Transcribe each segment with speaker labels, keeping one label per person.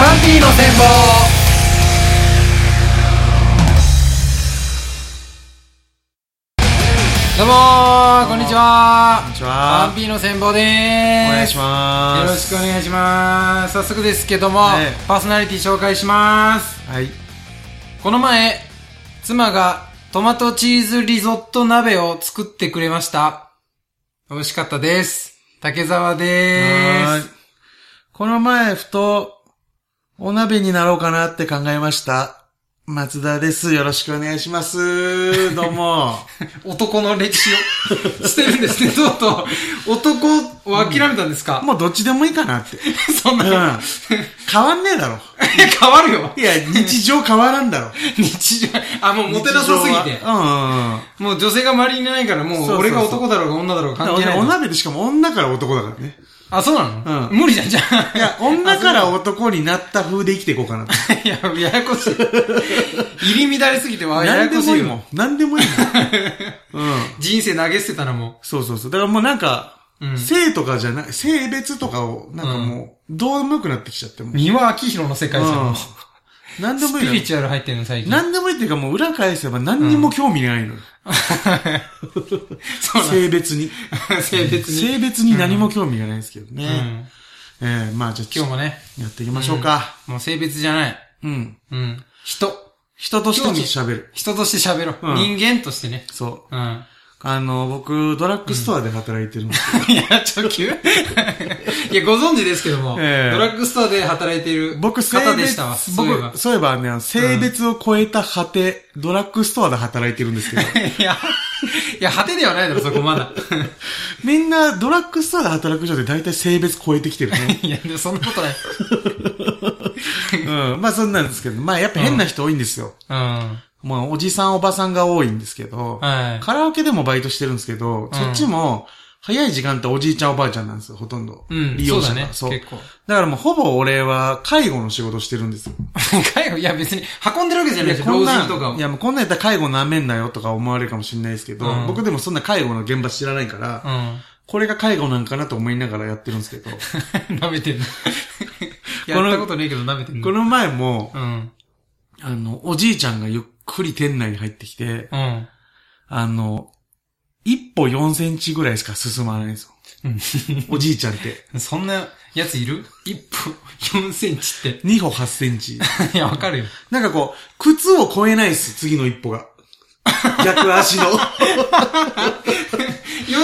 Speaker 1: 戦法
Speaker 2: どうもーこんにちは
Speaker 1: こんにち
Speaker 2: ア
Speaker 1: は
Speaker 2: ンピーの戦法でーす
Speaker 1: お願いします
Speaker 2: よろしくお願いします早速ですけども、
Speaker 1: ね
Speaker 2: パーソナリティ紹介します
Speaker 1: すはい
Speaker 2: この前妻がトマトチーズリゾット鍋を作ってくれました美味しかったです竹澤で
Speaker 1: は
Speaker 2: ー
Speaker 1: ーい
Speaker 2: す
Speaker 1: この前、ふと、お鍋になろうかなって考えました。松田です。よろしくお願いします。どうも。
Speaker 2: 男の歴史を してるんですねとうとう男を諦めたんですか、
Speaker 1: もうどっちでもいいかなって。
Speaker 2: そん
Speaker 1: うん。
Speaker 2: な、いや
Speaker 1: 変わんねえだろ。
Speaker 2: 変わるよ
Speaker 1: いや、日常変わらんだろ。
Speaker 2: 日常あもうモテなさすぎて
Speaker 1: 日常は
Speaker 2: もう女性が周りにいないから、も
Speaker 1: そう
Speaker 2: う
Speaker 1: そうそう
Speaker 2: 俺が男だろうが女だろうが
Speaker 1: う
Speaker 2: 関
Speaker 1: んうん。
Speaker 2: 係
Speaker 1: だ
Speaker 2: な
Speaker 1: から
Speaker 2: い
Speaker 1: お
Speaker 2: の。
Speaker 1: 鍋でしかも女から男だからね。
Speaker 2: あ、そうなの
Speaker 1: うん
Speaker 2: 無理じゃん、じゃあ。
Speaker 1: いや、女から男になった風で生きていこうかな っ
Speaker 2: い
Speaker 1: て。
Speaker 2: や、ややこ しい。入り乱れすぎてわ、や
Speaker 1: 何
Speaker 2: や
Speaker 1: で
Speaker 2: こし
Speaker 1: も
Speaker 2: い
Speaker 1: いい
Speaker 2: よ
Speaker 1: もん。何でもいい もん。うん。
Speaker 2: 人生投げ捨てたらも
Speaker 1: そうそうそう。だからもうなんか、
Speaker 2: う。うん。
Speaker 1: 性とかじゃない、性別とかを、なんかもう、どうでもよくなってきちゃって、もう。
Speaker 2: 三輪明宏の世界じゃん。もう
Speaker 1: うん。何でも
Speaker 2: ス
Speaker 1: いい
Speaker 2: ピ
Speaker 1: の
Speaker 2: リ
Speaker 1: よ。
Speaker 2: チュアル入ってるの、最近。
Speaker 1: 何でもいいっていうかもう裏返せば何にも興味ないのよ。
Speaker 2: そう
Speaker 1: 性別に。
Speaker 2: なの。性別に。
Speaker 1: 性別に何も興味がないですけどね。
Speaker 2: うん。
Speaker 1: ええまあじゃあ
Speaker 2: 今日もね、
Speaker 1: やっていきましょうか。
Speaker 2: もう性別じゃない。
Speaker 1: うん。
Speaker 2: うん。人。
Speaker 1: 人としてちょっと喋る。
Speaker 2: 人として喋ろう。
Speaker 1: うん
Speaker 2: 人間としてね。
Speaker 1: そう。
Speaker 2: うん。
Speaker 1: あの、僕、ドラッグストアで働いてるんですけ
Speaker 2: いや、直球いや、ご存知ですけども、
Speaker 1: ええ
Speaker 2: ドラッグストアで働いている
Speaker 1: ど、僕、性
Speaker 2: 方で
Speaker 1: 別
Speaker 2: したわ。、そういえば
Speaker 1: 僕、そういえばね、あの性別を超えた果て、ドラッグストアで働いてるんですけど、
Speaker 2: いや、いや、果てではないだろ、そこまだ。
Speaker 1: みんなドラッグストアで働く人って大体性別超えてきて る ね。
Speaker 2: いや、でもそんなことない。
Speaker 1: うん。まあそんなんですけど、まあやっぱ変な人多いんですよ。
Speaker 2: うん。
Speaker 1: まあおじさんおばさんが多いんですけど、
Speaker 2: はい。
Speaker 1: カラオケでもバイトしてるんですけど、
Speaker 2: ん
Speaker 1: そっちも、早い時間っておじいちゃんおばあちゃんなんですよ、ほとんど。
Speaker 2: うん、
Speaker 1: 利用者
Speaker 2: そ
Speaker 1: が
Speaker 2: うだね。
Speaker 1: そう
Speaker 2: 結構。
Speaker 1: だからもうほぼ俺は介護の仕事してるんですよ。
Speaker 2: 介護いや、別に、運んでるわけじゃないし、
Speaker 1: こん
Speaker 2: 老
Speaker 1: な
Speaker 2: 人と
Speaker 1: ん
Speaker 2: か
Speaker 1: い
Speaker 2: も。
Speaker 1: やもうこんなんやったら介護なめんなよとか思われるかもしれないですけど、
Speaker 2: うん
Speaker 1: 僕でもそんな介護の現場知らないから、
Speaker 2: う
Speaker 1: これが介護なんかなと思いながらやってるんですけ ど、
Speaker 2: ん。舐めてんの。
Speaker 1: の
Speaker 2: やったことねえけど舐めてんの。
Speaker 1: この前も、
Speaker 2: うん。
Speaker 1: あの、おじいちゃんがゆっくり店内に入ってきて、
Speaker 2: うん。
Speaker 1: あの、一歩4センチぐらいしか進まないんですよ。おじいちゃんって。
Speaker 2: そんなやついる一歩4センチっ
Speaker 1: 2歩8センチ。
Speaker 2: て。 いや、わかるよ。
Speaker 1: なんかこう、靴を越えないです、次の一歩が。逆足 の。
Speaker 2: 4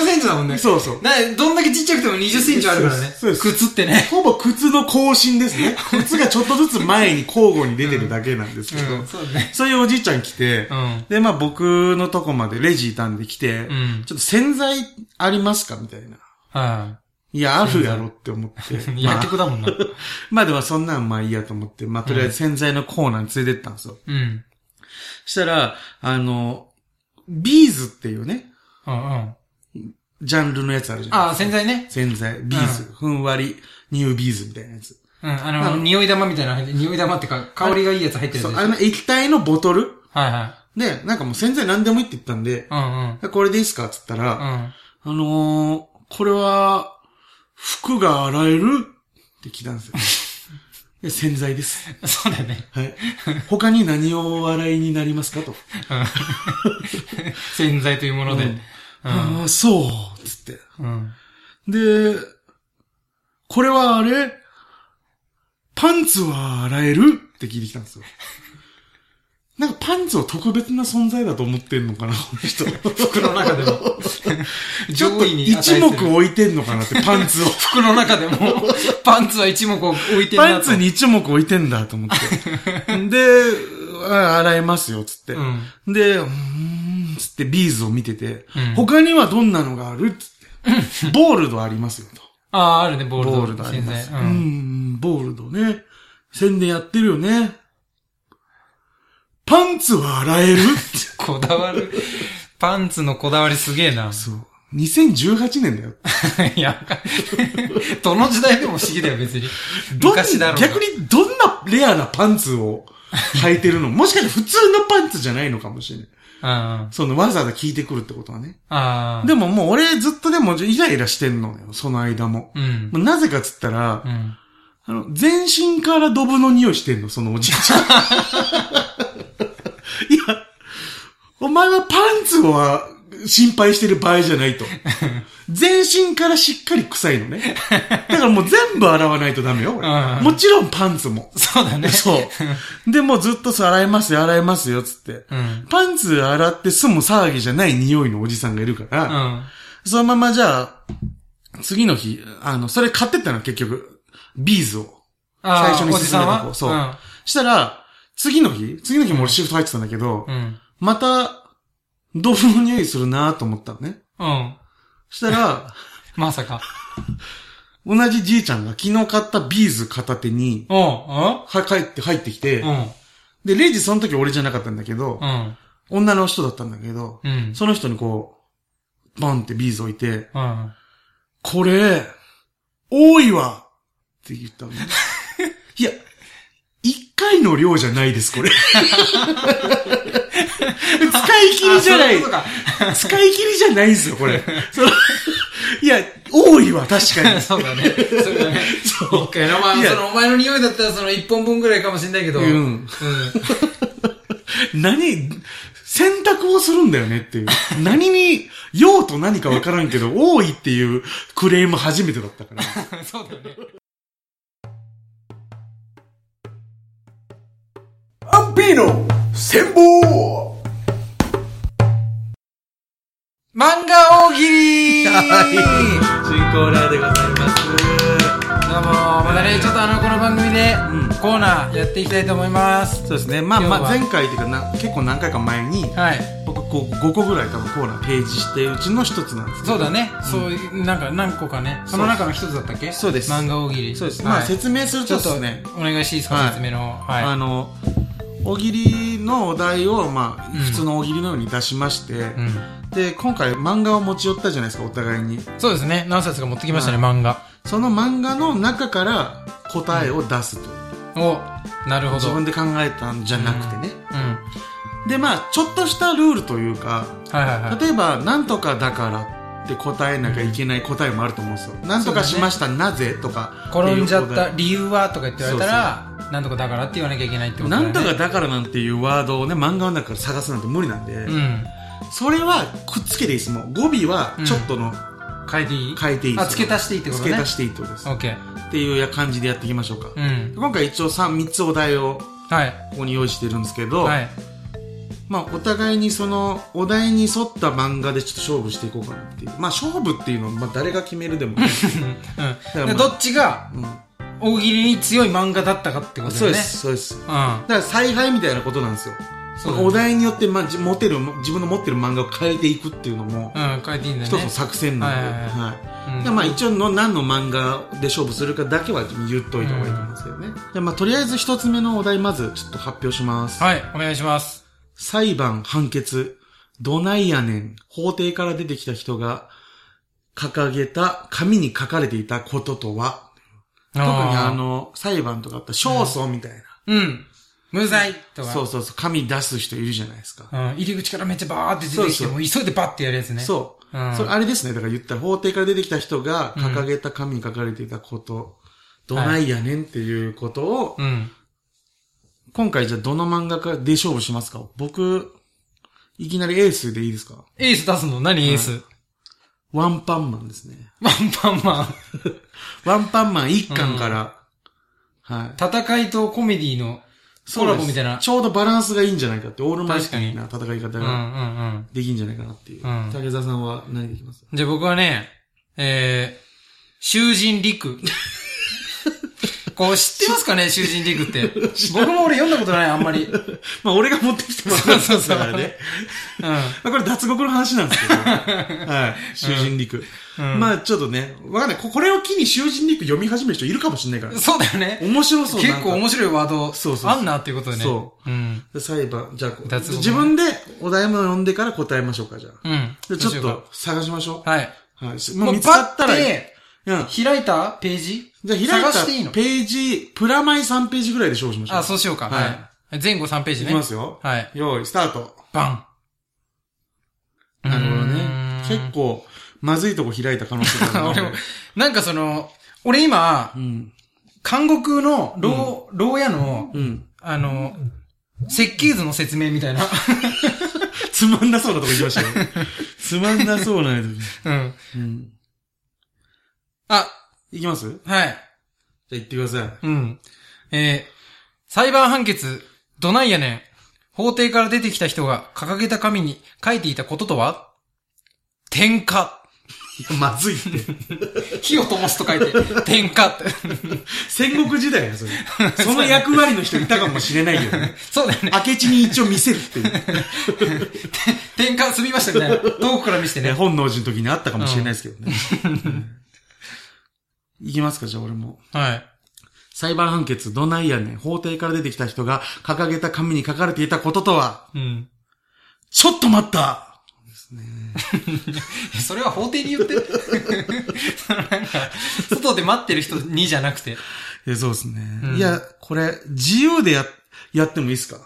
Speaker 2: センチだもんね。
Speaker 1: そうそう。
Speaker 2: な、どんだけちっちゃくても20センチあるからね。
Speaker 1: そうですそうで
Speaker 2: 靴ってね。
Speaker 1: ほぼ靴の更新ですね。靴がちょっとずつ前に交互に出てるだけなんですけど。
Speaker 2: うん、そうだね。
Speaker 1: そういうおじいちゃん来て、
Speaker 2: うん。
Speaker 1: で、まあ僕のとこまでレジいたんで来て、
Speaker 2: うん
Speaker 1: ちょっと洗剤ありますかみたいな。
Speaker 2: はい
Speaker 1: や、あるやろって思っ て。
Speaker 2: い。
Speaker 1: ま
Speaker 2: 薬
Speaker 1: あ、
Speaker 2: 局だもんな。
Speaker 1: まあでもそんなんまあいいやと思って、まあとりあえず洗剤のコーナーに連れてったんですよ。
Speaker 2: うん。
Speaker 1: したら、あの、ビーズっていうね、
Speaker 2: うんうん。
Speaker 1: ジャンルのやつあるじゃん。
Speaker 2: あ、洗剤ね。
Speaker 1: 洗剤、ビーズ、ふんわり、ニュービーズみたいなやつ。
Speaker 2: うん、あの、匂い玉みたいなの入って、匂い玉ってか、香りがいいやつ入ってる
Speaker 1: そ
Speaker 2: やつ
Speaker 1: う、
Speaker 2: で
Speaker 1: あ
Speaker 2: しょ
Speaker 1: の液体のボトル
Speaker 2: はいは
Speaker 1: で、なんかもう洗剤何でもいいって言ったんで、
Speaker 2: い。うんうん。
Speaker 1: これでいいっすかって言ったら、
Speaker 2: うん。
Speaker 1: あのー、これは、服が洗えるって聞いたんで すよ。いや洗剤です。
Speaker 2: そうだよね。
Speaker 1: はい。他に何をお洗いになりますかと。
Speaker 2: うん。 洗剤というもので。うん。
Speaker 1: ああ、そう、つって。
Speaker 2: うん。
Speaker 1: で、これはあれパンツは洗えるって聞いてきたんですよ。なんかパンツを特別な存在だと思ってんのかな、この人。
Speaker 2: 服の中でも。
Speaker 1: ちょっと
Speaker 2: 上位に値す
Speaker 1: 一
Speaker 2: る
Speaker 1: 目置いてんのかなって、パン ツを。
Speaker 2: 服の中 でも、パンツは一目置いてんなと
Speaker 1: パンツ。に一目置いてんだと 思って。で、あ洗いますよ、つって。
Speaker 2: うん。
Speaker 1: で、うーん、つってビーズを見てて、
Speaker 2: うん
Speaker 1: 他にはどんなのがあるつ って。ボールドありますよ、と。
Speaker 2: ああ、あるね、ボールド。
Speaker 1: ボールドありま
Speaker 2: 洗
Speaker 1: す。う
Speaker 2: 剤うん。
Speaker 1: ん、ボールドね。宣伝やってるよね。パンツは洗え る
Speaker 2: こだわる。パンツのこだわりすげえな。
Speaker 1: そう。2018年だよ。
Speaker 2: いや、どの時代でも不思議だよ、別に。
Speaker 1: どん
Speaker 2: 昔だろうが。
Speaker 1: 逆にどんなレアなパンツを履いてる のもしかして普通のパンツじゃないのかもしれない。
Speaker 2: うんうん。
Speaker 1: そのわざわざ聞いてくるってことはね。
Speaker 2: ああ。
Speaker 1: でももう俺ずっとでもイライラしてんのよ、その間も。
Speaker 2: うん。
Speaker 1: もうなぜかっつったら、
Speaker 2: うん。
Speaker 1: あの、全身からドブの匂いしてんの、そのおじい ちゃん。いや、お前はパンツは心配してる場合じゃないと。全身からしっかり臭いのね。だからもう全部洗わないとダメよ、俺
Speaker 2: うん
Speaker 1: もちろんパンツも。
Speaker 2: そうだね。
Speaker 1: そう。で、もうずっとさ、洗いますよ、洗いますよ、つって。
Speaker 2: うん。
Speaker 1: パンツ洗って済む騒ぎじゃない匂いのおじさんがいるから、
Speaker 2: うん。
Speaker 1: そのままじゃあ、次の日、あの、それ買ってったの、結局。ビーズを。
Speaker 2: あー
Speaker 1: 最初に
Speaker 2: おじさん
Speaker 1: 進めた
Speaker 2: は
Speaker 1: 子そうしたら、次の日、次の日も俺シフト入ってたんだけど、
Speaker 2: うん。うん。
Speaker 1: また、豆腐の匂いするなと思ったのね。
Speaker 2: うん。
Speaker 1: したら、
Speaker 2: まさか。
Speaker 1: 同じじいちゃんが昨日買ったビーズ片手に、
Speaker 2: うん。うん
Speaker 1: は、帰って、入ってきて、
Speaker 2: うん。
Speaker 1: で、レジその時俺じゃなかったんだけど、
Speaker 2: うん。
Speaker 1: 女の人だったんだけど、
Speaker 2: うん。
Speaker 1: その人にこう、バンってビーズ置いて、
Speaker 2: うん。
Speaker 1: これ、多いわって言ったのね。 いや、一回の量じゃないです、こ れ。使い切りじゃな
Speaker 2: あそう
Speaker 1: い。
Speaker 2: うことか
Speaker 1: 使い切りじゃないんですよ、 これ。そのいや、多いわ、確かに。
Speaker 2: そうだね。そうだね。
Speaker 1: そう
Speaker 2: 一回の、まあ、
Speaker 1: いや
Speaker 2: その、お前の匂いだったら、その、一本分ぐらいかもしれないけど。
Speaker 1: う
Speaker 2: うん。
Speaker 1: ん。何、選択をするんだよねっていう。何に、用途何かわからんけど、多いっていうクレーム初めてだったから。
Speaker 2: そうだね。
Speaker 1: アンピーの戦法
Speaker 2: 漫画大喜 利ど
Speaker 1: 進行ラーでございます。
Speaker 2: うも、またね、ちょっとあの、この番組で
Speaker 1: うん、
Speaker 2: コーナーやっていきたいと思います。
Speaker 1: そうですね。まあ
Speaker 2: 今日
Speaker 1: ま
Speaker 2: は
Speaker 1: あ前回っていうかな、結構何回か前に、
Speaker 2: はい。
Speaker 1: 僕こう5個ぐらい多分コーナーページして、うちの一つなんですけ
Speaker 2: そ
Speaker 1: ど
Speaker 2: うだね。そういう、なんか、何個かね。その中の一つだったっけ
Speaker 1: そうです
Speaker 2: 漫画大喜利。
Speaker 1: そうです。
Speaker 2: はい
Speaker 1: まあ説明する
Speaker 2: ち
Speaker 1: と
Speaker 2: ょ
Speaker 1: で
Speaker 2: っと
Speaker 1: すね、、
Speaker 2: お願いしていいです
Speaker 1: は
Speaker 2: か、
Speaker 1: い
Speaker 2: 説明の方。は
Speaker 1: あ
Speaker 2: い。
Speaker 1: の、大喜利のお題を、まあ、
Speaker 2: うん
Speaker 1: 普通の大喜利のように出しまして、
Speaker 2: うん。
Speaker 1: で、今回漫画を持ち寄ったじゃないですか、お互いに。
Speaker 2: そうですね。何冊か持ってきましたね、漫画。
Speaker 1: その漫画の中から答えを出すと。
Speaker 2: お、なるほ
Speaker 1: 自
Speaker 2: ど。うん。
Speaker 1: 分で考えたんじゃなくてね。
Speaker 2: はい
Speaker 1: で、まあ、ちょっとしたルールというか、
Speaker 2: はいはい。
Speaker 1: 例えば、なんとかだからって答えなきゃいけない答えもあると思うんですよ。なんとかしました、なぜとか。
Speaker 2: 転んじゃっ
Speaker 1: ってい
Speaker 2: た
Speaker 1: う
Speaker 2: 理由はとか言って言われたら、なんとかだからって言わなきゃいけないってこ
Speaker 1: 答
Speaker 2: と
Speaker 1: え。
Speaker 2: だよね。
Speaker 1: なんとかだからなんていうワードをね、漫画の中から探すなんて無理なんで、
Speaker 2: うん。
Speaker 1: それはくっつけていいです。もう語尾はちょっとの
Speaker 2: 変えていい
Speaker 1: 変えていいです。
Speaker 2: あ、付け足していいってことね。
Speaker 1: 付け足していいってことです。
Speaker 2: オッケー。
Speaker 1: っていうや感じでやっていきましょうか。
Speaker 2: うん。
Speaker 1: 今回一応3、三つお題を
Speaker 2: はい。
Speaker 1: ここに用意してるんですけど、
Speaker 2: はい。
Speaker 1: まあお互いにそのお題に沿った漫画でちょっと勝負していこうかなっていう。まあ勝負っていうのはまあ誰が決めるで もない。
Speaker 2: う
Speaker 1: ら
Speaker 2: ん。で
Speaker 1: まあ
Speaker 2: どっちが
Speaker 1: うん
Speaker 2: 大喜利に強い漫画だったかってことだ
Speaker 1: そう
Speaker 2: よ
Speaker 1: で
Speaker 2: ね。
Speaker 1: す、そうです。
Speaker 2: うん。は
Speaker 1: だから采配みたいなことなんですよ。
Speaker 2: そうだね
Speaker 1: お題によって、まあ、じ持てる、自分の持ってる漫画を変えていくっていうのも、
Speaker 2: うん、変えていいんだよ
Speaker 1: 一
Speaker 2: ね。
Speaker 1: つの作戦なんで、
Speaker 2: はい
Speaker 1: はい
Speaker 2: うん
Speaker 1: でまあ一応の何の漫画で勝負するかだけは言っといた方がいいと思いますよね。でまあとりあえず一つ目のお題、まずちょっと発表します。
Speaker 2: はい、お願いします。
Speaker 1: 裁判、判決、どないやねん、法廷から出てきた人が掲げた、紙に書かれていたこととは、特にあ
Speaker 2: ー、
Speaker 1: の、裁判とかあったら勝訴みたいな。
Speaker 2: うん。無罪とか。
Speaker 1: そうそうそう、紙出す人いるじゃないですか。
Speaker 2: うん。入り口からめっちゃバーって出てきて、
Speaker 1: そうそう
Speaker 2: もう急いでバッてやるやつね。う。
Speaker 1: そう。
Speaker 2: うん。
Speaker 1: それあれですね。だから言ったら法廷から出てきた人が掲げた紙に書かれていたこと、どないやねんっていうことを、
Speaker 2: うん。
Speaker 1: 今回じゃあどの漫画かで勝負しますか僕、いきなりエースでいいですか
Speaker 2: エース出すの何エース、
Speaker 1: ワンパンマンですね。
Speaker 2: ワンパンマン。
Speaker 1: ワンパンマン一巻から、はい。
Speaker 2: 戦いとコメディのコラボみたいな。
Speaker 1: ちょうどバランスがいいんじゃないかって、オールマイ
Speaker 2: 確
Speaker 1: テ
Speaker 2: かに
Speaker 1: ィーな戦い方
Speaker 2: うんう
Speaker 1: が
Speaker 2: んうん。
Speaker 1: できんじゃないかなっていう。
Speaker 2: うん
Speaker 1: 竹澤さんは何でいきます
Speaker 2: じゃあ僕はね、えー、囚人 陸。こう知ってますかね囚人陸って。僕も俺読んだことない、あんまり。うん。
Speaker 1: まあ俺が持ってきてもらったんだからね。まあこれ脱獄の話なんです けど。はい。囚人陸。
Speaker 2: うん
Speaker 1: まあちょっとね、わかんない。ここれを機に囚人陸読み始める人いるかもしれないから。
Speaker 2: そうだよね。
Speaker 1: 面白そう
Speaker 2: 結構
Speaker 1: なんか
Speaker 2: 面白いワード、
Speaker 1: そうそうそう
Speaker 2: あんなっていうことでね。。
Speaker 1: そう
Speaker 2: うん。
Speaker 1: で裁判、じゃあ、こう
Speaker 2: 脱獄ね
Speaker 1: 自分でお題も読んでから答えましょうか、じゃあ。
Speaker 2: うん。
Speaker 1: でちょっ
Speaker 2: どうしよ
Speaker 1: と探しましょ
Speaker 2: うか。はい。
Speaker 1: う。はい。
Speaker 2: も
Speaker 1: もう
Speaker 2: う見
Speaker 1: 見つ
Speaker 2: つか
Speaker 1: か
Speaker 2: っ
Speaker 1: ったらいい。うん。
Speaker 2: て、開いたページ
Speaker 1: じゃあ開
Speaker 2: 探していい
Speaker 1: い
Speaker 2: の
Speaker 1: たページ、プラマイ3ページぐらいで勝負しましょう。
Speaker 2: あ、そうしようか。
Speaker 1: はい
Speaker 2: はい。前後3ページ
Speaker 1: い
Speaker 2: ね
Speaker 1: きま。すよ。
Speaker 2: はい。
Speaker 1: 用意、スタート。
Speaker 2: バン。
Speaker 1: なるほど
Speaker 2: う
Speaker 1: ね
Speaker 2: ーん。
Speaker 1: 結構、 まずいとこ開いた可能性があるな。
Speaker 2: 俺も、なんかその、俺今
Speaker 1: う、ん。
Speaker 2: 韓国の牢、牢屋の、
Speaker 1: うん。
Speaker 2: あの、設計図の説明みたいな。
Speaker 1: つまんなそうなとこ行きまし たよ。つまんなそうなやつ。
Speaker 2: うん。
Speaker 1: うん。
Speaker 2: あ、
Speaker 1: いきますじゃ
Speaker 2: はい。
Speaker 1: あ行ってください。
Speaker 2: うん。えー、裁判判決、どないやねん。法廷から出てきた人が掲げた紙に書いていたこととは天下。
Speaker 1: いやまずいって。
Speaker 2: 火を灯すと書いて、 天下って。
Speaker 1: 戦国時代や、それ。その役割の人いたかもしれないけどね。
Speaker 2: そうだよね。
Speaker 1: 明智に一応見せるっていう。
Speaker 2: 天下済みましたみたいな。遠くから見せて
Speaker 1: ね、
Speaker 2: ね。
Speaker 1: 本能寺の時にあったかもしれないですけ どね。いきますか、じゃあ俺も。
Speaker 2: はい。
Speaker 1: 裁判判決、どないやねん。法廷から出てきた人が掲げた紙に書かれていたこととは、
Speaker 2: うん。
Speaker 1: ちょっと待った
Speaker 2: えそれは法廷に言 って。そのなんか、外で待ってる人にじゃなくて。
Speaker 1: いや、そうですね。
Speaker 2: うん
Speaker 1: いや、これ、自由でや、やってもいいですか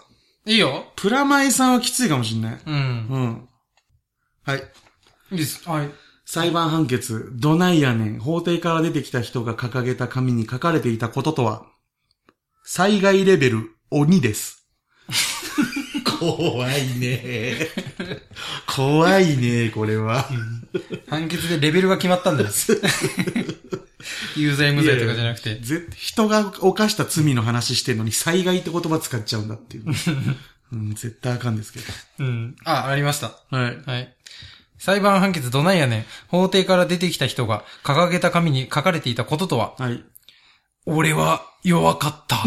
Speaker 2: いいよ。
Speaker 1: プラマイさんはきついかもしんない。
Speaker 2: うん。
Speaker 1: うん。はい。
Speaker 2: いいです。はい。
Speaker 1: 裁判判決、どないやねん。法廷から出てきた人が掲げた紙に書かれていたこととは、災害レベル鬼です。怖いね。怖いね、これは。
Speaker 2: 判決でレベルが決まったんだ よ。有罪無罪とかじゃなくて。
Speaker 1: ぜ人が犯した罪の話してんのに災害って言葉使っちゃうんだ っていう。うん、絶対あかんですけ
Speaker 2: うん。あ、ありました。
Speaker 1: ど。はい。
Speaker 2: はい。裁判判決どないやねん。法廷から出てきた人が掲げた紙に書かれていたこととは、
Speaker 1: はい。
Speaker 2: 俺は弱かった。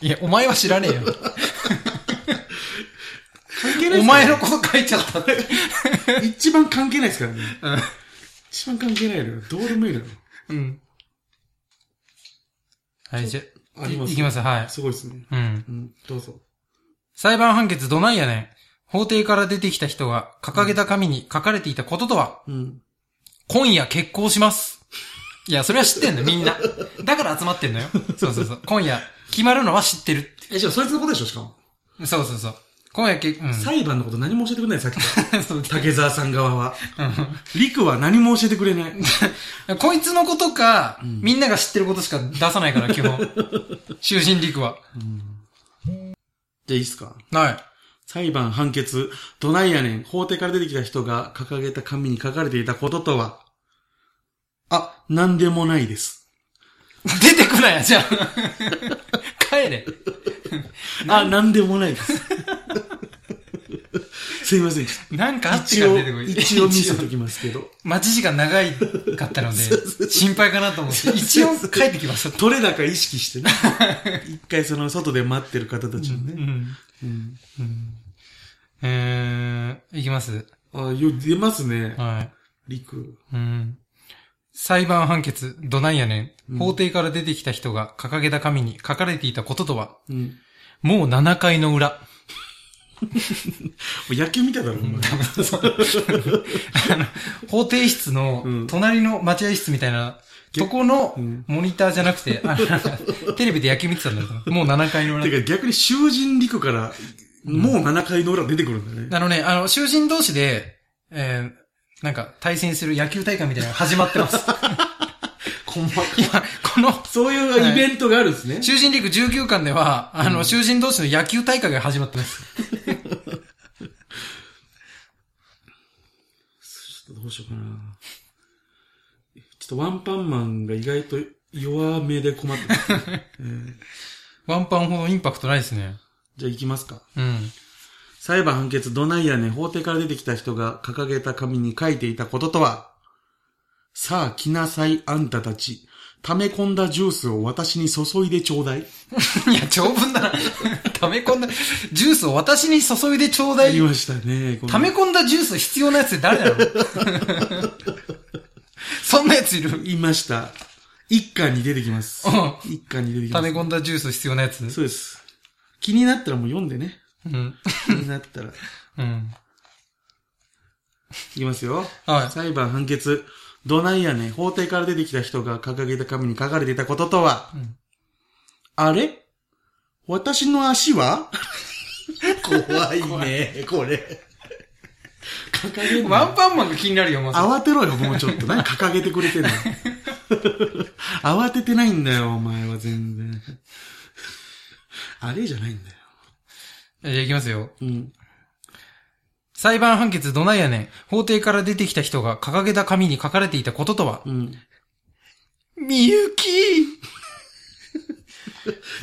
Speaker 2: いや、お前は知らねえよ。
Speaker 1: 関係な い
Speaker 2: お前のこと書いちゃったって。
Speaker 1: 一番関係ないですからね。
Speaker 2: うん
Speaker 1: 一番関係ないのよ。どうでもいいのよ。
Speaker 2: うん。はい、じゃ、
Speaker 1: ありま
Speaker 2: い
Speaker 1: す
Speaker 2: いきます、はい。
Speaker 1: すごいですね。
Speaker 2: うん。
Speaker 1: うん、どうぞ。
Speaker 2: 裁判判決どないやねん。法廷から出てきた人が掲げた紙に書かれていたこととは、
Speaker 1: うん。
Speaker 2: 今夜結婚します。いや、それは知ってんの、みんな。だから集まってんのよ。そうそうそう。今夜、決まるのは知ってるって
Speaker 1: え、しかもそいつのことでしょ、しかも。
Speaker 2: そうそうそう。今夜結、うん。
Speaker 1: 裁判のこと何も教えてくれない、さっきか ら。
Speaker 2: そう
Speaker 1: 竹沢さん側は。陸は何も教えてくれない。
Speaker 2: こいつのことか、みんなが知ってることしか出さないから、基 本。囚人陸は。
Speaker 1: じゃあいいっすか
Speaker 2: はい。
Speaker 1: 裁判判決、どないやねん、法廷から出てきた人が掲げた紙に書かれていたこととは、あ、なんでもないです。
Speaker 2: 出てくなや、じゃあ。帰れ。
Speaker 1: あ、なんでもない です。すいません。
Speaker 2: なんかあって
Speaker 1: 一
Speaker 2: から
Speaker 1: 応
Speaker 2: 出てこ、い。
Speaker 1: 一応見せと
Speaker 2: 応
Speaker 1: きますけど。
Speaker 2: 待ち時間長いかったので、心配かなと思って、一応帰ってきました。
Speaker 1: 取れ高意 識してね。一回その外で待ってる方たちに
Speaker 2: う
Speaker 1: ね。
Speaker 2: ん。
Speaker 1: うん
Speaker 2: えー、いきます。
Speaker 1: あ、よ、出ますね。
Speaker 2: はい。
Speaker 1: リク。
Speaker 2: うん裁判判決、どないやねん。法廷から出てきた人が掲げた紙に書かれていたこととは、
Speaker 1: うん。
Speaker 2: もう7回の 裏。
Speaker 1: もう野球見ただろ、お前。
Speaker 2: あの法廷室の
Speaker 1: うん
Speaker 2: 隣の待合室みたいな、とこの
Speaker 1: うん
Speaker 2: モニターじゃなく て、あのなんかテレビで野球見てたんだけど、もう7回の裏。
Speaker 1: てか逆に囚人陸から、もう7回の裏出てくるんだね。
Speaker 2: あのね、あの、囚人同士で、えー、なんか対戦する野球大会みたいなのが始まって ます。
Speaker 1: 細かい。
Speaker 2: 今、この、
Speaker 1: そういうイベントがあるんですね。
Speaker 2: 囚人陸19巻では、あの、囚人同士の野球大会が始まってます。
Speaker 1: ちょっとどうしようかな。ちょっとワンパンマンが意外と弱めで困ってます、 えー
Speaker 2: ワンパンほどインパクトないですね。
Speaker 1: じゃあ行きますか。
Speaker 2: うん。
Speaker 1: 裁判判決どないやねん法廷から出てきた人が掲げた紙に書いていたこととは、さあ来なさいあんたたち。溜め込んだジュースを私に注いでちょうだい。
Speaker 2: いや、長文だな。溜め込んだ、ジュースを私に注いでちょう
Speaker 1: あ
Speaker 2: だい
Speaker 1: り。ましたね。この
Speaker 2: 溜め込んだジュース必要なやつって誰だろうそんなやついる
Speaker 1: いました。一巻に出てきます
Speaker 2: うん。
Speaker 1: 一巻に出てきま
Speaker 2: 溜
Speaker 1: す。
Speaker 2: め込んだジュース必要なやつ
Speaker 1: そうです。気になったらもう読んでね。
Speaker 2: うん。
Speaker 1: 気になったら。い
Speaker 2: うん。
Speaker 1: きますよ。
Speaker 2: はい。
Speaker 1: 裁判判決。どないやねん法廷から出てきた人が掲げた紙に書かれていたこととは、
Speaker 2: うん
Speaker 1: あれ私の足 は怖いね、これ。 掲げん
Speaker 2: ワ
Speaker 1: の
Speaker 2: ンパンマンが気になるよ、まず。
Speaker 1: 慌てろよ、もうちょっと。何掲げてくれてんの慌ててないんだよ、お前は全然。あれじゃないんだよ。
Speaker 2: じゃあ行きますよ。
Speaker 1: うん。
Speaker 2: 裁判判決どないやねん。法廷から出てきた人が掲げた紙に書かれていたこととは
Speaker 1: うん。
Speaker 2: みゆき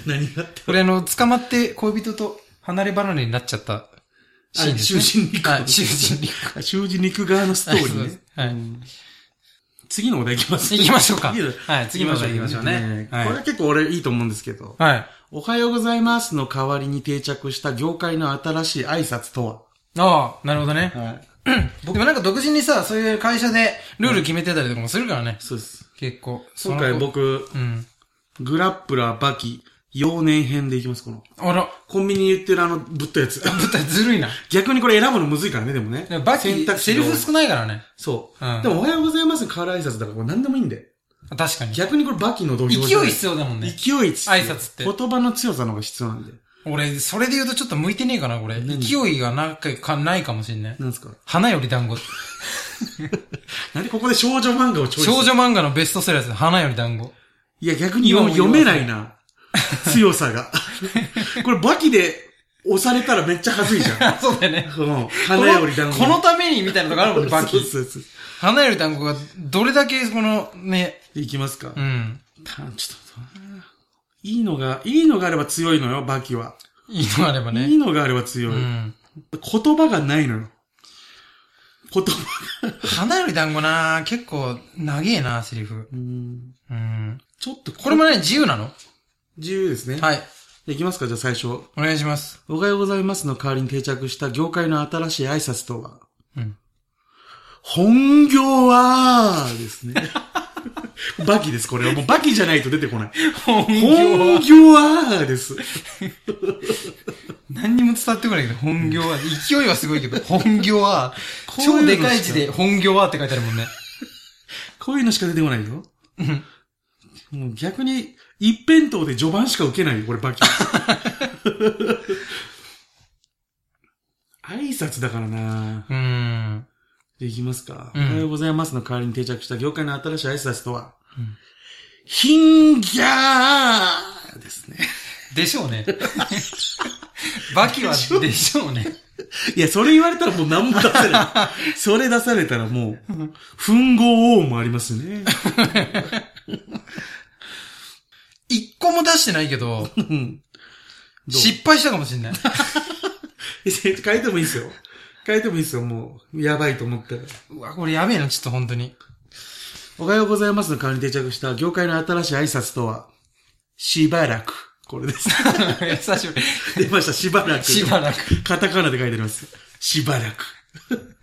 Speaker 1: 何があった
Speaker 2: これあの、捕まって恋人と離れ離れになっちゃったシーンですね。
Speaker 1: あ囚人肉
Speaker 2: あ囚人 肉。
Speaker 1: あ 囚人肉側のストーリ
Speaker 2: はいそう
Speaker 1: ー
Speaker 2: で
Speaker 1: ね
Speaker 2: す。はい
Speaker 1: うん次のお題いきます
Speaker 2: 行きましょうか。
Speaker 1: 次の
Speaker 2: はい、次の話題行きましょうね。は。
Speaker 1: これはい結構俺いいと思うんですけど。
Speaker 2: はい。
Speaker 1: おはようございますの代わりに定着した業界の新しい挨拶と
Speaker 2: ああ、なるほどね。
Speaker 1: ははい。
Speaker 2: 僕もなんか独自にさ、そういう会社でルール決めてたりとかもするからね。
Speaker 1: そうです。
Speaker 2: 結構。そ
Speaker 1: 今
Speaker 2: の
Speaker 1: 回。僕、
Speaker 2: うん。
Speaker 1: グラップラーバキ、幼年編でいきます、この。
Speaker 2: あら、
Speaker 1: コンビニに売ってるあの、ぶったやつ。
Speaker 2: 舞台ずるいな。
Speaker 1: 逆にこれ選ぶのむずいからね、でもね。
Speaker 2: バキ、セリフ
Speaker 1: な
Speaker 2: 少ないからね。
Speaker 1: そう、
Speaker 2: うん
Speaker 1: でも、おはようございますの代わる挨拶だから、これ何でもいいんで。
Speaker 2: 確かに。
Speaker 1: 逆にこれバキの土俵じゃ
Speaker 2: 勢
Speaker 1: ない
Speaker 2: 必要だもんね。
Speaker 1: 勢い必要
Speaker 2: 挨拶って
Speaker 1: 言葉の強さの方が必要なんで。
Speaker 2: 俺、それで言うとちょっと向いてねえかな、これ。
Speaker 1: 何
Speaker 2: 勢いがなんかかないかもしんない。
Speaker 1: なんですか
Speaker 2: 花より団子。
Speaker 1: なんでここで少女漫画をチョイス
Speaker 2: 少女漫画のベストセラーです。花より団 子。
Speaker 1: いや、逆に
Speaker 2: 今も
Speaker 1: 読めないな。強 さが。これ、バキで押されたらめっちゃ恥ずいじゃん。
Speaker 2: そうだよね。
Speaker 1: この、花より団子。
Speaker 2: このこのためにみたいなとこある もんね、バキ
Speaker 1: そう。そうそう
Speaker 2: 花より団子がどれだけこの、ね、
Speaker 1: いきますか。
Speaker 2: うん。
Speaker 1: たちょっと待ってな、いいのが、いいのがあれば強いのよ、バキは。
Speaker 2: いいのあれば
Speaker 1: い
Speaker 2: ね。
Speaker 1: いのがあれば強
Speaker 2: う
Speaker 1: い。
Speaker 2: ん。
Speaker 1: 言葉がないのよ。言葉が。
Speaker 2: 花より団子な結構、長えなセリフ。
Speaker 1: うん
Speaker 2: うん。
Speaker 1: ちょっと、こ
Speaker 2: こ
Speaker 1: れ
Speaker 2: れ
Speaker 1: も
Speaker 2: もね、自由なの
Speaker 1: 自由ですね。
Speaker 2: はい。
Speaker 1: い。きますか、じゃあ最初。
Speaker 2: お願いします。
Speaker 1: おはようございますの代わりに定着した業界の新しい挨拶とは、
Speaker 2: うん。
Speaker 1: 本業は、です ね。バキです、これは。もうバキじゃないと出てこない。
Speaker 2: 本
Speaker 1: 本業は、です。
Speaker 2: 何にも伝わってこないけど、本業は、勢いはすごいけど、 本業は、
Speaker 1: こういう
Speaker 2: 超
Speaker 1: の
Speaker 2: でかい字で本業はって書いてあるもんね。
Speaker 1: こういうのしか出てこないよ。もう逆に、一辺倒で序盤しか受けないよ、これバキ。 挨拶だからな
Speaker 2: うーん。
Speaker 1: で、いきますか。
Speaker 2: うん
Speaker 1: おはようございますの代わりに定着した業界の新しい挨拶とは、
Speaker 2: うん
Speaker 1: ヒンギャーですね。
Speaker 2: でしょうね。 バキは でしょうね。
Speaker 1: いや、それ言われたらもう何も出せ ない。それ出されたらもう、吻合王もありますね。
Speaker 2: 一個も出してないけど、
Speaker 1: うんどう
Speaker 2: 失敗したかもし んない。
Speaker 1: え変えてもいいですよ。変えてもいいですよ、もう。やばいと思ったら。
Speaker 2: うわ、これやべえな、ちょっと本 当に。
Speaker 1: おはようございますの代わりに定着した業界の新しい挨拶とは、しばらく。これ です。
Speaker 2: 久しぶり。
Speaker 1: 出ました、しばらく。
Speaker 2: しばらく。
Speaker 1: カタカナで書いてあります。しばらく。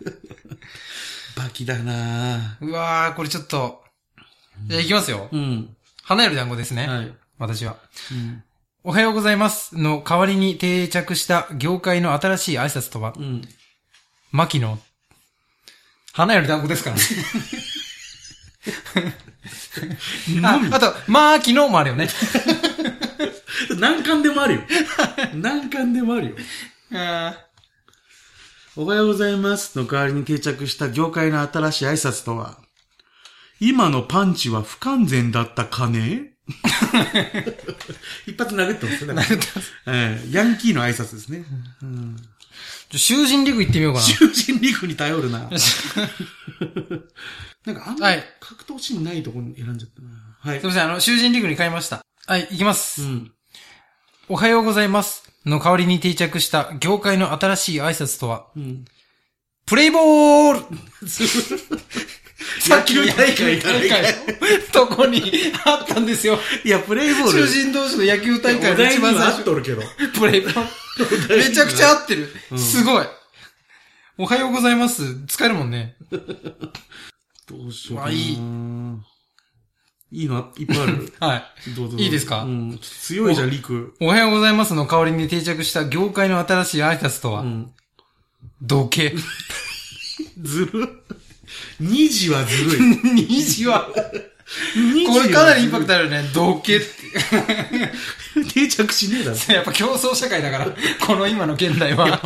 Speaker 1: バキだなぁ。
Speaker 2: うわー、これちょっと。じゃあ行きますよ。
Speaker 1: うん。
Speaker 2: 花より団子ですね。
Speaker 1: はい。
Speaker 2: 私は。
Speaker 1: うん。
Speaker 2: おはようございます。の代わりに定着した業界の新しい挨拶とは、
Speaker 1: うん。
Speaker 2: 牧野。花より団子ですからね。ああと、牧野もあるよね。
Speaker 1: 何巻で もあるよ。何巻でもあるよ。おはようございますの代わりに定着した業界の新しい挨拶とは、今のパンチは不完全だったかね 一発殴ってますね。殴ってます。ええヤンキーの挨拶ですね。
Speaker 2: ちょ囚人リグ行ってみようか
Speaker 1: 囚人リーグに頼るな。
Speaker 2: な。
Speaker 1: なんかあんま
Speaker 2: は
Speaker 1: り
Speaker 2: い
Speaker 1: 格闘シーンないとこに選んじゃったな。はい。
Speaker 2: すいません、あの、囚人リグに変えました。はい、行きます。
Speaker 1: うん。
Speaker 2: おはようございます。の代わりに定着した業界の新しい挨拶とは、
Speaker 1: うん。
Speaker 2: プレイボール
Speaker 1: 野球大会だね。
Speaker 2: とこにあったんですよ。
Speaker 1: いや、プレイボール。
Speaker 2: 囚人同士の野球大
Speaker 1: お
Speaker 2: 会の
Speaker 1: 題
Speaker 2: 一
Speaker 1: に
Speaker 2: 番最
Speaker 1: は合
Speaker 2: 初
Speaker 1: っ。とるけど。
Speaker 2: プレイボール。めちゃくちゃ合ってる。すごい。おはようございます。使えるもんね。
Speaker 1: どうしようか
Speaker 2: わ
Speaker 1: な。
Speaker 2: いい
Speaker 1: いいのあいっぱいある。
Speaker 2: はい。
Speaker 1: どうぞ
Speaker 2: いいですか
Speaker 1: うん。ちょっと強いじゃん、リク。
Speaker 2: おはようございますの代わりに定着した業界の新しい挨拶とは、
Speaker 1: うん。
Speaker 2: 土 け。
Speaker 1: ずる。2時はずるい。
Speaker 2: 2時は、 これかなりインパクトあるよね。どけって。
Speaker 1: 定着しねえだろ。
Speaker 2: やっぱ競争社会だから、この今の現代は、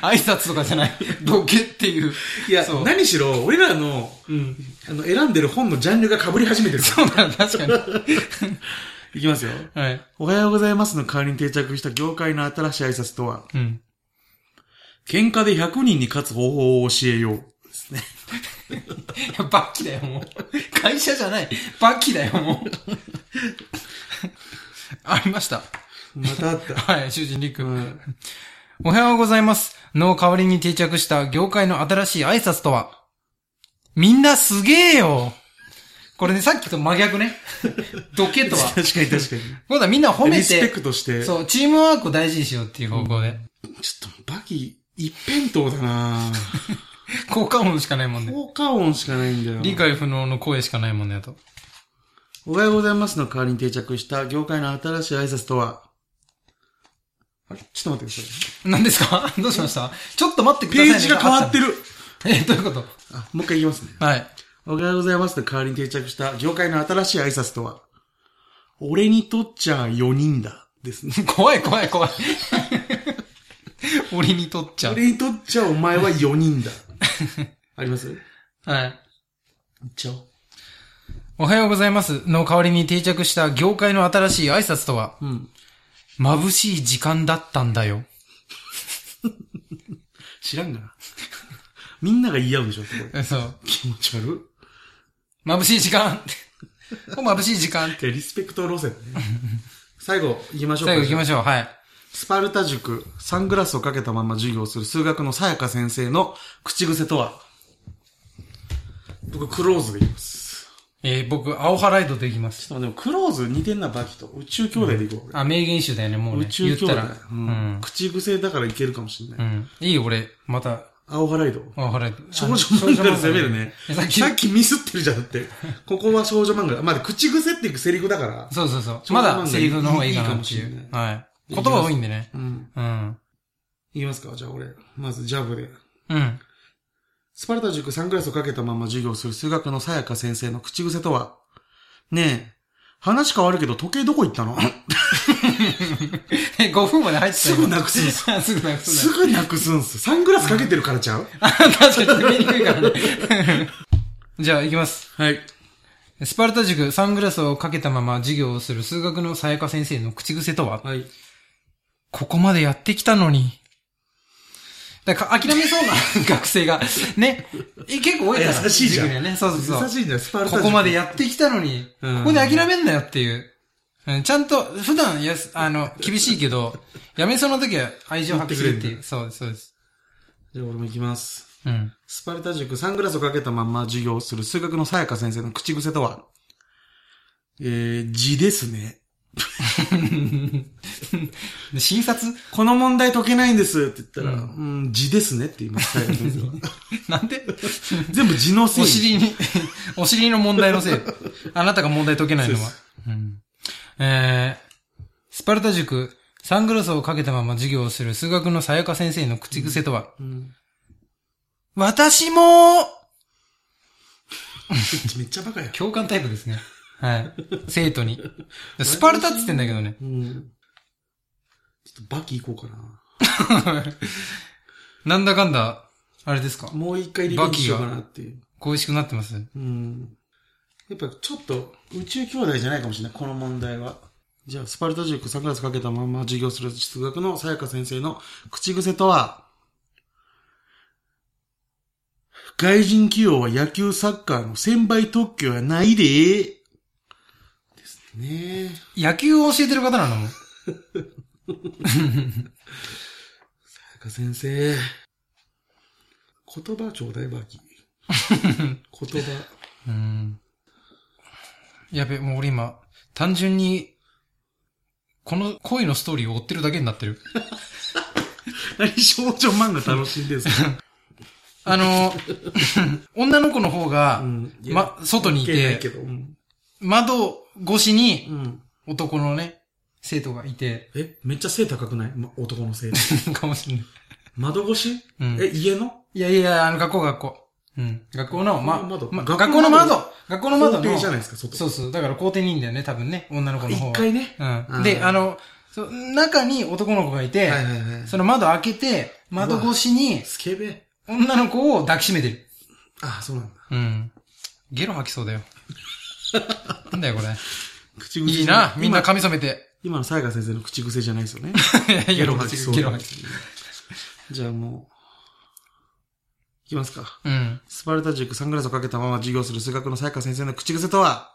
Speaker 2: 挨拶とかじゃない、どけっていう。
Speaker 1: いや
Speaker 2: そう、。
Speaker 1: 何しろ、俺らの、
Speaker 2: うん。
Speaker 1: あの、選んでる本のジャンルが被り始めてる。
Speaker 2: そうなんだ、確かに。
Speaker 1: いきますよ。
Speaker 2: はい。
Speaker 1: おはようございますの代わりに定着した業界の新しい挨拶とは、
Speaker 2: うん。
Speaker 1: 喧嘩で100人に勝つ方法を教えよう。ですね。
Speaker 2: いや、バッキだよ、もう。会社じゃない。バッキだよ、もう。 ありました。
Speaker 1: またあった。
Speaker 2: はい、主人陸。
Speaker 1: ん
Speaker 2: おはようございます。の代わりに定着した業界の新しい挨拶とはみんなすげえよこれね、さっきと真逆 ね。どけと は。
Speaker 1: 確かに確かに。
Speaker 2: 今度はみんな褒めて。
Speaker 1: リスペクトして。
Speaker 2: そう、チームワークを大事にしようっていう方向で。
Speaker 1: ちょっと、バキ、一辺倒だなぁ
Speaker 2: 効果音しかないもんね。
Speaker 1: 効果音しかないんだよ。
Speaker 2: 理解不能の声しかないもんね、あと。
Speaker 1: おはようございますの代わりに定着した業界の新しい挨拶とは、あれちょっと待ってくださ
Speaker 2: 何ですか どうしましたちょっと待ってくだ
Speaker 1: い。
Speaker 2: さい、ね。
Speaker 1: ページが変わって
Speaker 2: る。
Speaker 1: る。
Speaker 2: え、どういうこと
Speaker 1: あ、もう一回言いますね。
Speaker 2: はい。
Speaker 1: おはようございますの代わりに定着した業界の新しい挨拶とは、俺にとっちゃ4人だ。ですね。
Speaker 2: 怖い怖い怖い。 俺にとっちゃう。
Speaker 1: 俺にとっちゃお前は4人だ。 あります
Speaker 2: はい。
Speaker 1: 言っちゃおう。
Speaker 2: おはようございます。の代わりに定着した業界の新しい挨拶とは、
Speaker 1: うん。
Speaker 2: 眩しい時間だったんだよ。
Speaker 1: 知らんがな。みんなが言い合うんでしょ、そこで。
Speaker 2: えそう。
Speaker 1: 気持ち悪
Speaker 2: 眩しい時間 眩しい時間
Speaker 1: い。で、リスペクト路線 ね。最後、行きましょうか。
Speaker 2: 最後行きましょう。はい。
Speaker 1: スパルタ塾、サングラスをかけたまま授業をする数学のさやか先生の口癖とは僕、クローズで言います。
Speaker 2: えー、僕、青ハライドで行きます。
Speaker 1: でもでも、クローズ似てんな、バキと。宇宙兄弟で行こう、俺
Speaker 2: あ、名言集だよね、もうね。
Speaker 1: 宇宙兄弟、
Speaker 2: 言ったら。う
Speaker 1: う
Speaker 2: んん。
Speaker 1: 口癖だからいけるかもしれない。
Speaker 2: うん。いいよ、俺。また、
Speaker 1: 青ハライド。
Speaker 2: 青ハライド。
Speaker 1: 少女漫画で攻めるね
Speaker 2: え。さっき
Speaker 1: さっきミスってるじゃん、だって。ここは少女漫画。まあ、口癖っていうセリフだから。
Speaker 2: そうそうそう。
Speaker 1: 少女
Speaker 2: ま
Speaker 1: 漫画
Speaker 2: だセリフの方がいいか
Speaker 1: いいか
Speaker 2: な
Speaker 1: も
Speaker 2: って
Speaker 1: しれ
Speaker 2: い。
Speaker 1: ないう
Speaker 2: はい。言葉多いんでね。
Speaker 1: うん。
Speaker 2: うん。
Speaker 1: 言いますかじゃあ俺。まず、ジャブで。
Speaker 2: うん。
Speaker 1: スパルタ塾サングラスをかけたまま授業をする数学のさやか先生の口癖とはねえ、話変わるけど時計どこ行 ったの
Speaker 2: え、5分まで入ってた
Speaker 1: すぐなくすんす。
Speaker 2: す。 すぐなくす
Speaker 1: す
Speaker 2: んだ。
Speaker 1: ぐなくすんす。サングラスかけてるからちゃう
Speaker 2: あ、確かにちょっと見えにくいからね。 じゃあ、行きます。
Speaker 1: はい。
Speaker 2: スパルタ塾、サングラスをかけたまま授業をする数学のさやか先生の口癖とは
Speaker 1: はい。
Speaker 2: ここまでやってきたのに。だから、諦めそうな 学生が、ね。え結構多いから。
Speaker 1: 優しいじゃん
Speaker 2: 塾にはね、そうそうそう
Speaker 1: 優。しいんだよ、スパルタ
Speaker 2: こ
Speaker 1: 塾。
Speaker 2: こまでやってきたのに、
Speaker 1: うん
Speaker 2: ここで諦めんなよっていう。うんちゃんと、普段やす、あの、厳しいけど、やめそうな時は愛情発揮するって
Speaker 1: 言ってくれる
Speaker 2: いう。そうです、そうです。
Speaker 1: じゃあ俺も行きます。
Speaker 2: うん。
Speaker 1: スパルタ塾サングラスをかけたまま授業をする数学のさやか先生の口癖とはえー、字ですね。
Speaker 2: で診 察
Speaker 1: この問題解けないんですって言ったら、う、
Speaker 2: うん
Speaker 1: 字ですねって言います、さやか先生は。
Speaker 2: なんで
Speaker 1: 全部字のせい。
Speaker 2: お尻に、 お尻の問題のせ い。あなたが問題解けないの
Speaker 1: そう
Speaker 2: は
Speaker 1: で。
Speaker 2: うん、えー、スパルタ塾、サングラスをかけたまま授業をする数学のさやか先生の口癖とは、
Speaker 1: うん
Speaker 2: 私も
Speaker 1: めっちゃバカや。
Speaker 2: 共感タイプですね。はい。生徒 に。スパルタって言ってんだけどね。
Speaker 1: うん。ちょっとバキ行こうかな。
Speaker 2: なんだかんだ、あれですか
Speaker 1: もう一回リベンジしようかなっていう。
Speaker 2: 恋しくなってます
Speaker 1: うん。やっぱちょっと宇宙兄弟じゃないかもしれない、この問題は。じゃあ、スパルタ塾サングラスかけたまま授業する数学のさやか先生の口癖とは、外人企業は野球サッカーの専売特許はないでですね。
Speaker 2: 野球を教えてる方なのもう
Speaker 1: さやか先生。言葉ちょうだい、バ キ。言葉。
Speaker 2: うん。やべ、もう俺今、単純に、この恋のストーリーを追ってるだけになってる。
Speaker 1: 何少女漫画楽しんでるんですか
Speaker 2: あの、 女の子の方が、
Speaker 1: ん
Speaker 2: ま、外にい
Speaker 1: 関係ないけ
Speaker 2: て、
Speaker 1: ど。うん。
Speaker 2: 窓越しに
Speaker 1: うん
Speaker 2: 男のね、生徒がいて、
Speaker 1: え、めっちゃ背高くない、ま、男の背。
Speaker 2: かもしれない。
Speaker 1: 窓越し
Speaker 2: うん
Speaker 1: え、家の
Speaker 2: いやいや、あの、学校学校。うん。学校の、ま、
Speaker 1: 学校の窓
Speaker 2: ま
Speaker 1: 学
Speaker 2: 学
Speaker 1: 校
Speaker 2: 校
Speaker 1: の
Speaker 2: の
Speaker 1: 窓
Speaker 2: 窓学校の窓
Speaker 1: 校庭
Speaker 2: の。
Speaker 1: じゃないですか外
Speaker 2: そうそう。だから校庭にいいんだよね、多分ね。女の子の方は。
Speaker 1: 一回ね
Speaker 2: うん。で、
Speaker 1: うん
Speaker 2: あの、そう中に男の子がいて、
Speaker 1: はいはいはい
Speaker 2: その窓開けて、窓越しに
Speaker 1: スケベ。
Speaker 2: 女の子を抱きしめてる。
Speaker 1: ああ、そうなんだ。
Speaker 2: うん。ゲロ吐きそうだよ。なんだよ、 これ。
Speaker 1: 口癖。
Speaker 2: いいな、みんな。髪染めて。
Speaker 1: 今の才賀先生の口癖じゃないですよね。
Speaker 2: ゲロ吐きそう。
Speaker 1: ゲ
Speaker 2: ゲ
Speaker 1: ロ
Speaker 2: ロ
Speaker 1: 吐
Speaker 2: 吐
Speaker 1: き
Speaker 2: き
Speaker 1: そうじゃあもう、いきますか。
Speaker 2: そう。うん。
Speaker 1: スパルタ塾サングラスをかけたまま授業する数学の才川先生の口癖とは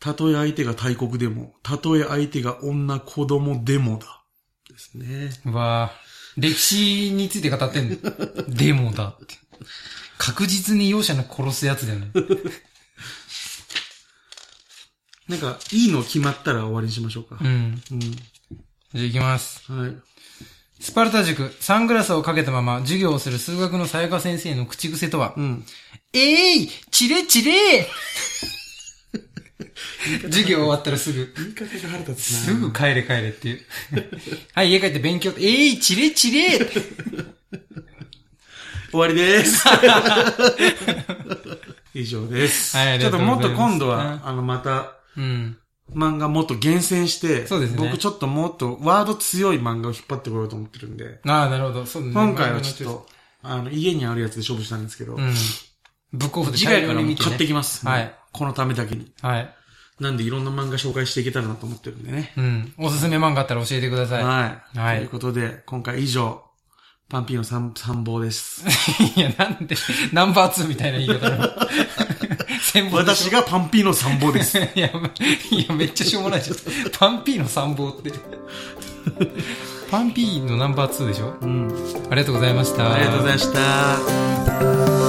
Speaker 1: たとえ相手が大国でも、たとえ相手が女子供でもだ。ですね。
Speaker 2: うわぁ歴史について語って んの。デモだって。確実に容赦なく殺すやつだよね。
Speaker 1: なんか、いいの決まったら終わりにしましょうか
Speaker 2: う。ん。
Speaker 1: うん。
Speaker 2: じゃあ行きます。
Speaker 1: はい。
Speaker 2: スパルタ塾、サングラスをかけたまま授業をする数学のさやか先生の口癖とは、
Speaker 1: うん。
Speaker 2: えいチレチレ授業終わったらすぐ、
Speaker 1: 言い方が腹立つな。
Speaker 2: すぐ帰れ帰れっていう。 はい、家帰って勉強、えいチレチレ
Speaker 1: 終わ りです。以上です。
Speaker 2: はいあり
Speaker 1: ちょ
Speaker 2: がとうござ
Speaker 1: っと
Speaker 2: い
Speaker 1: も
Speaker 2: ます
Speaker 1: っと今度は、あの、また、
Speaker 2: うん。
Speaker 1: 漫画もっと厳選して、
Speaker 2: そうですね
Speaker 1: 僕ちょっともっとワード強い漫画を引っ張ってこようと思ってるんで、
Speaker 2: ああ、なるほど。そうだね
Speaker 1: 今回はちょっと、あの、家にあるやつで勝負したんですけど、
Speaker 2: うん。ブックオフで
Speaker 1: 次回からも
Speaker 2: 見
Speaker 1: う買ってきます。
Speaker 2: は
Speaker 1: もう
Speaker 2: い。
Speaker 1: このためだけに。
Speaker 2: はい。
Speaker 1: なんでいろんな漫画紹介していけたらなと思ってるんでね。
Speaker 2: うん。おすすめ漫画あったら教えてください。
Speaker 1: はい。
Speaker 2: はい
Speaker 1: ということで、今回以上、パンピーの参参謀です。
Speaker 2: いや、なんで、ナンバー2みたいな言い方 の。先方でし
Speaker 1: 私がパンピーの参謀です。
Speaker 2: ょいや、いや、めっちゃしょうもないじゃん。パンピーの参謀 って。パンピーのナンバー2でしょ
Speaker 1: うん。
Speaker 2: ありがとうございました。
Speaker 1: ありがとうございました。